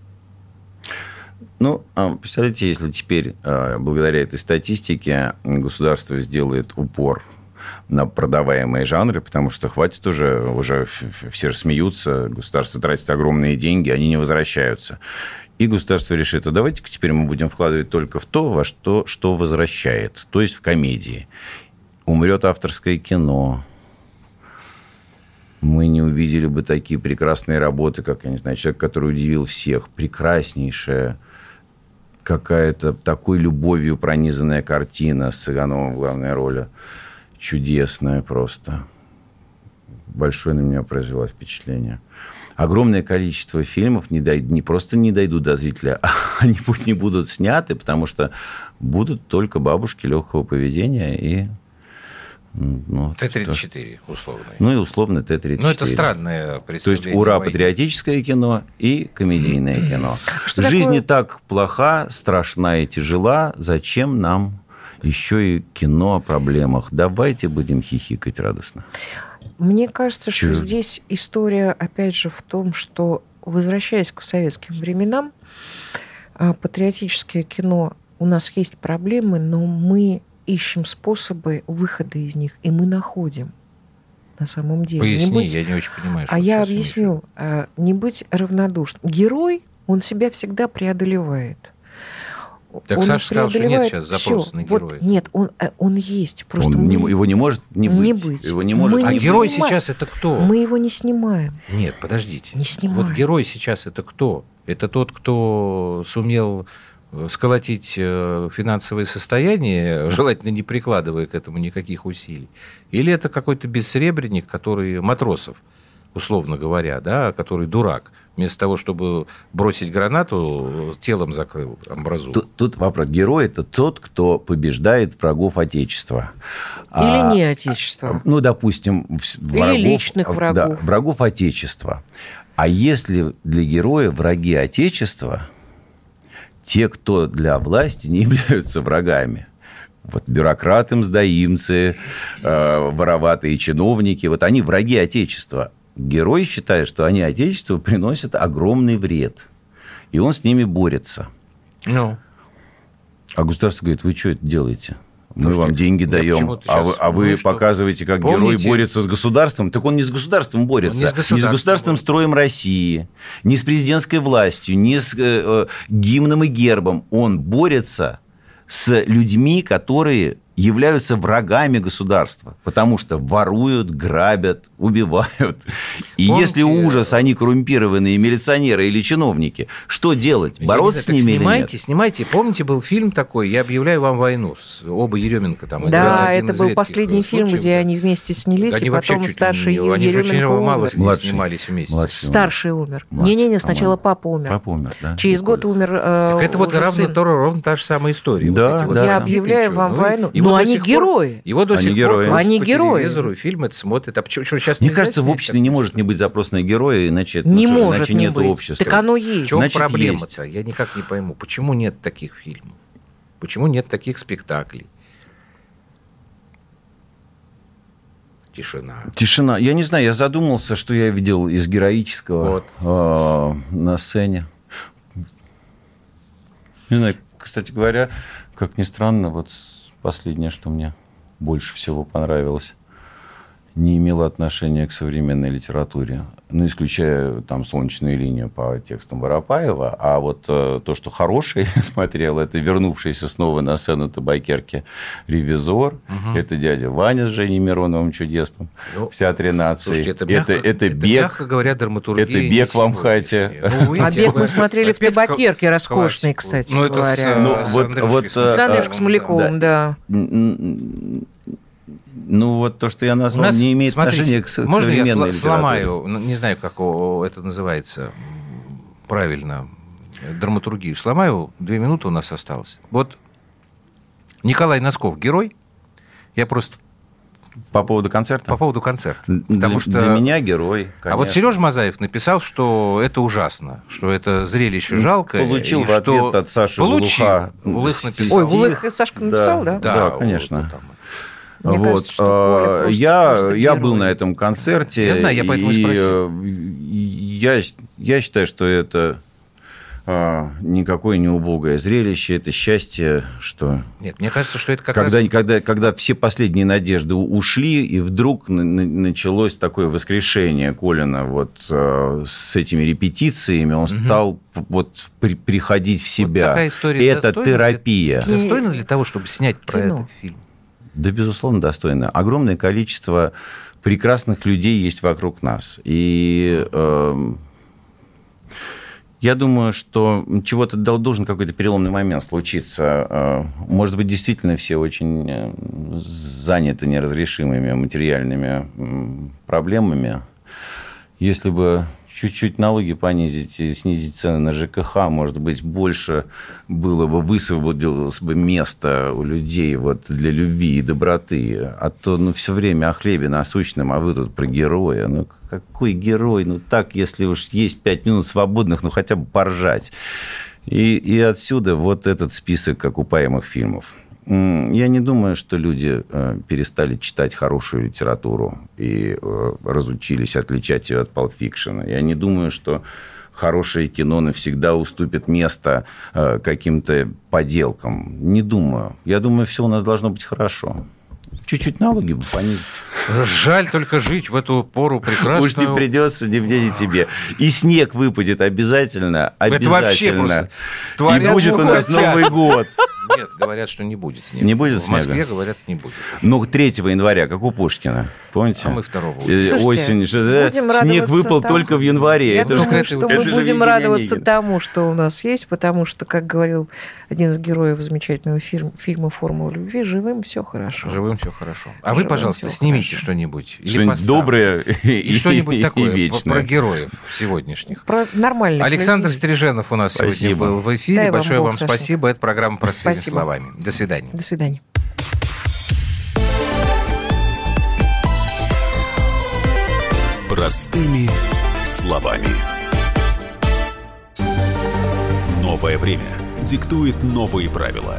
S3: Ну, а, представляете, если теперь, э, благодаря этой статистике, государство сделает упор на продаваемые жанры, потому что хватит уже, уже ф- ф- все же смеются, государство тратит огромные деньги, они не возвращаются. И государство решит, а давайте-ка теперь мы будем вкладывать только в то, во что, что возвращает, то есть в комедии. Умрет авторское кино, мы не увидели бы такие прекрасные работы, как, я не знаю, человек, который удивил всех, прекраснейшая какая-то такой любовью пронизанная картина с Цыгановым в главной роли. Чудесная просто. Большое на меня произвело впечатление. Огромное количество фильмов не, дой- не просто не дойдут до зрителя, а они будь- не будут сняты, потому что будут только бабушки легкого поведения и... м, ну, вот что ж.
S1: Т-34 условно.
S3: Ну и условно Т-34.
S1: Ну, это странное
S3: То есть
S1: представление.
S3: ура,
S1: войны.
S3: патриотическое кино и комедийное кино.
S2: Что
S3: Жизнь
S2: такое-
S3: не так плоха, страшна и тяжела. Зачем нам еще и кино о проблемах? Давайте будем хихикать радостно.
S2: Мне кажется, что
S3: Чё?
S2: здесь история, опять же, в том, что, возвращаясь к советским временам, а, патриотическое кино, у нас есть проблемы, но мы ищем способы выхода из них, и мы находим на самом деле. ну, Не
S1: Поясни,
S2: быть-
S1: я не очень понимаю.
S2: а
S1: что ты
S2: я
S1: сейчас имеешь
S2: объясню. А, Не быть равнодушным. Герой, он себя всегда преодолевает.
S1: Так Саша сказал, что нет
S2: преодолевает
S1: сейчас
S2: всё.
S1: запроса на
S2: Вот
S1: героя.
S2: нет, он, э, он есть. Просто
S3: Он
S2: мы-
S3: не- его не может не быть.
S2: Не быть.
S3: Его не может
S2: Мы
S1: в виду. А
S2: не
S3: быть.
S1: герой
S2: снимаем.
S1: сейчас это кто?
S2: мы его не снимаем.
S1: Нет, подождите.
S2: Не снимаем.
S1: Вот герой сейчас это кто? Это тот, кто сумел э, сколотить э, финансовое состояние, желательно не прикладывая к этому никаких усилий. Или это какой-то бессребренник, который матросов, условно говоря, да, который дурак. Вместо того, чтобы бросить гранату, э, телом закрыл амбразуру.
S3: Тут, тут вопрос. Герой – это тот, кто побеждает врагов Отечества. А-
S2: Или не отечество.
S3: Ну, допустим, вс-
S2: Или личных
S3: э,
S2: врагов.
S3: да, врагов Отечества. А если для героя враги Отечества, те, кто для власти не являются врагами, вот бюрократы, мздоимцы, э, вороватые чиновники, вот они враги Отечества. Герой считает, что они Отечеству приносят огромный вред. И он с ними борется.
S1: Ну,
S3: А государство говорит, вы что это делаете? Мы
S1: Слушайте,
S3: вам деньги
S1: я
S3: даем,
S1: почему-то
S3: а вы,
S1: щас
S3: а вы
S1: думаю, что-
S3: показываете, как
S1: Помните-
S3: герой борется с государством. Так он не с государством борется,
S1: Он не с государством борется.
S3: строем России, не с президентской властью, не с э, э, гимном и гербом. Он борется с людьми, которые являются врагами государства, потому что воруют, грабят, убивают. И
S1: Помните-
S3: если ужас, они коррумпированные милиционеры или чиновники, что делать?
S1: Я
S3: Бороться с
S1: не знаю,
S3: ними
S1: так
S3: или нет?
S1: Снимайте, снимайте. Помните, был фильм такой «Я объявляю вам войну» с оба Еременко там.
S2: Да,
S1: а, один
S2: это
S1: из
S2: был
S1: редких
S2: последний фильм,
S1: случаев,
S2: где
S1: да.
S2: они вместе снялись,
S1: Они
S2: и
S1: вообще
S2: потом
S1: чуть ли
S2: старший
S1: не- они же очень
S2: Еременко
S1: мало
S2: умер.
S1: с ней
S3: Младший.
S1: снимались вместе.
S3: Младший.
S2: Старший умер.
S3: Младший,
S2: Не-не-не, сначала
S3: по-моему.
S2: папа умер.
S3: Папа умер, да.
S2: Через год умер э,
S1: Так это вот
S2: уже
S1: равно,
S2: сын.
S1: то, ровно та же самая история.
S3: Да,
S1: эти
S3: да.
S1: там
S3: Я
S2: объявляю
S1: Пикачу.
S2: вам
S1: Ну,
S2: войну.
S1: его
S2: Но
S1: до
S2: они
S1: сих пор-
S2: герои.
S1: его до
S3: Они
S1: сих
S3: герои.
S1: пор
S2: Они
S1: по
S2: герои.
S1: телевизору фильм это смотрит. А почему, сейчас
S3: Мне
S1: нельзя
S3: кажется, в
S1: снять
S3: обществе не может не быть запрос на героя, иначе, это
S2: Не
S3: уже-
S2: может
S3: иначе
S2: не
S3: нет
S2: быть.
S3: общества.
S2: Так оно
S1: В
S2: есть.
S1: чем
S3: Значит,
S1: проблема-то? Я никак не пойму. Почему нет таких фильмов? Почему нет таких спектаклей? тишина.
S3: Тишина. Я не знаю, я задумался, что я видел из героического вот. э, на сцене. Не знаю, кстати говоря, как ни странно, вот последнее, что мне больше всего понравилось, не имело отношения к современной литературе. Ну, исключая там «Солнечную линию» по текстам Воропаева. А вот э, то, что хорошее смотрел, это вернувшийся снова на сцену табакерки «Ревизор», угу. это «Дядя Ваня» с Женей Мироновым чудесным, ну, «Вся тринадцать». Слушайте,
S1: это, мягко,
S3: это, это, это бег,
S1: мягко говоря, драматургия.
S3: Это «Бег в Амхате».
S2: Ну, а «Бег» мы смотрели в табакерке роскошной, кстати ну, это
S1: э,
S2: говоря. С,
S3: ну, с, вот, вот,
S2: с Андрюшкой Смоляковым, да. да.
S3: Ну, вот то, что я назвал, У нас, не имеет смотрите, отношения к современной
S1: Можно я
S3: литературе.
S1: сломаю, Ну, не знаю, как это называется правильно, драматургию. Сломаю, две минуты у нас осталось. Вот Николай Носков герой. Я просто...
S3: По поводу концерта?
S1: По поводу концерта.
S3: Для, потому что... для меня герой, конечно.
S1: А вот Сереж Мазаев написал, что это ужасно, что это зрелище жалко.
S3: Ну, Получил в ответ что... от Саши
S1: Получил.
S3: Вулуха.
S1: Вулых написал.
S2: Ой, Вулых Сашка написал, да?
S3: Да, да, да конечно. Вот,
S2: там. Мне вот. кажется, что Коля просто,
S3: я,
S2: просто
S3: я был на этом концерте. э,
S1: Я знаю, я поэтому и, и спросил.
S3: Я, я считаю, что это а, никакое не убогое зрелище, это счастье, что...
S1: Нет, мне кажется, что это как
S3: когда,
S1: раз...
S3: Когда, когда все последние надежды ушли, и вдруг на- на- началось такое воскрешение Колина вот а, с этими репетициями, он угу. стал вот при- приходить в себя. Вот
S1: такая история
S3: это достойна, терапия.
S1: Для... Достойна для того, чтобы снять про Кино. этот фильм?
S3: Да, безусловно, достойно. Огромное количество прекрасных людей есть вокруг нас. И э, я думаю, что чего-то должен какой-то переломный момент случиться. Э, Может быть, действительно все очень э, заняты неразрешимыми материальными проблемами. Если бы чуть-чуть налоги понизить и снизить цены на ЖКХ, может быть, больше было бы, высвободилось бы место у людей вот для любви и доброты. А то ну, все время о хлебе насущном, а вы тут про героя. Ну, какой герой? Ну, так, если уж есть пять минут свободных, ну, хотя бы поржать. И, и отсюда вот этот список окупаемых фильмов. Я не думаю, что люди э, перестали читать хорошую литературу и э, разучились отличать ее от палпфикшена. Я не думаю, что хорошее кино навсегда уступит место э, каким-то поделкам. Не думаю. Я думаю, все у нас должно быть хорошо. Чуть-чуть налоги бы понизить.
S1: Жаль только жить в эту пору прекрасную.
S3: Уж не придется ни мне, ни тебе. И снег выпадет обязательно. обязательно.
S1: Это вообще просто...
S3: Творят И будет у нас
S1: хотят.
S3: Новый год.
S1: Нет, говорят, что не будет снега.
S3: Не будет
S1: в
S3: снега?
S1: В Москве, говорят, не будет.
S3: Ну, 3 января, как у Пушкина. Помните?
S1: А мы 2
S3: Э, Осень. же,
S2: будем
S3: да? Снег
S2: радоваться
S3: выпал
S2: тому.
S3: только в январе.
S2: Я
S3: Это
S2: думаю,
S3: же-
S2: что
S3: это
S2: мы
S3: же
S2: будем
S3: Евгений
S2: радоваться
S3: Онегин.
S2: тому, что у нас есть, потому что, как говорил один из героев замечательного фирм- фильма «Формула любви», живым все хорошо.
S1: Живым все хорошо. А вы,
S2: Живым
S1: пожалуйста,
S2: всё
S1: снимите
S2: хорошо.
S1: что-нибудь. Или
S3: Что-нибудь
S1: поставьте.
S3: доброе
S1: И
S3: и
S1: что-нибудь
S3: и-
S1: такое
S3: и
S1: про-
S3: вечное.
S1: про героев сегодняшних.
S2: Про нормальных
S1: Александр
S2: людей.
S1: Стриженов у нас сегодня
S3: Спасибо.
S1: был в эфире.
S2: Дай вам
S1: Большое
S2: Бог,
S1: вам
S2: Саша.
S1: спасибо. Это программа «Простыми
S2: Спасибо.
S1: словами». До свидания.
S2: До свидания.
S4: Простыми словами. Новое время диктует новые правила.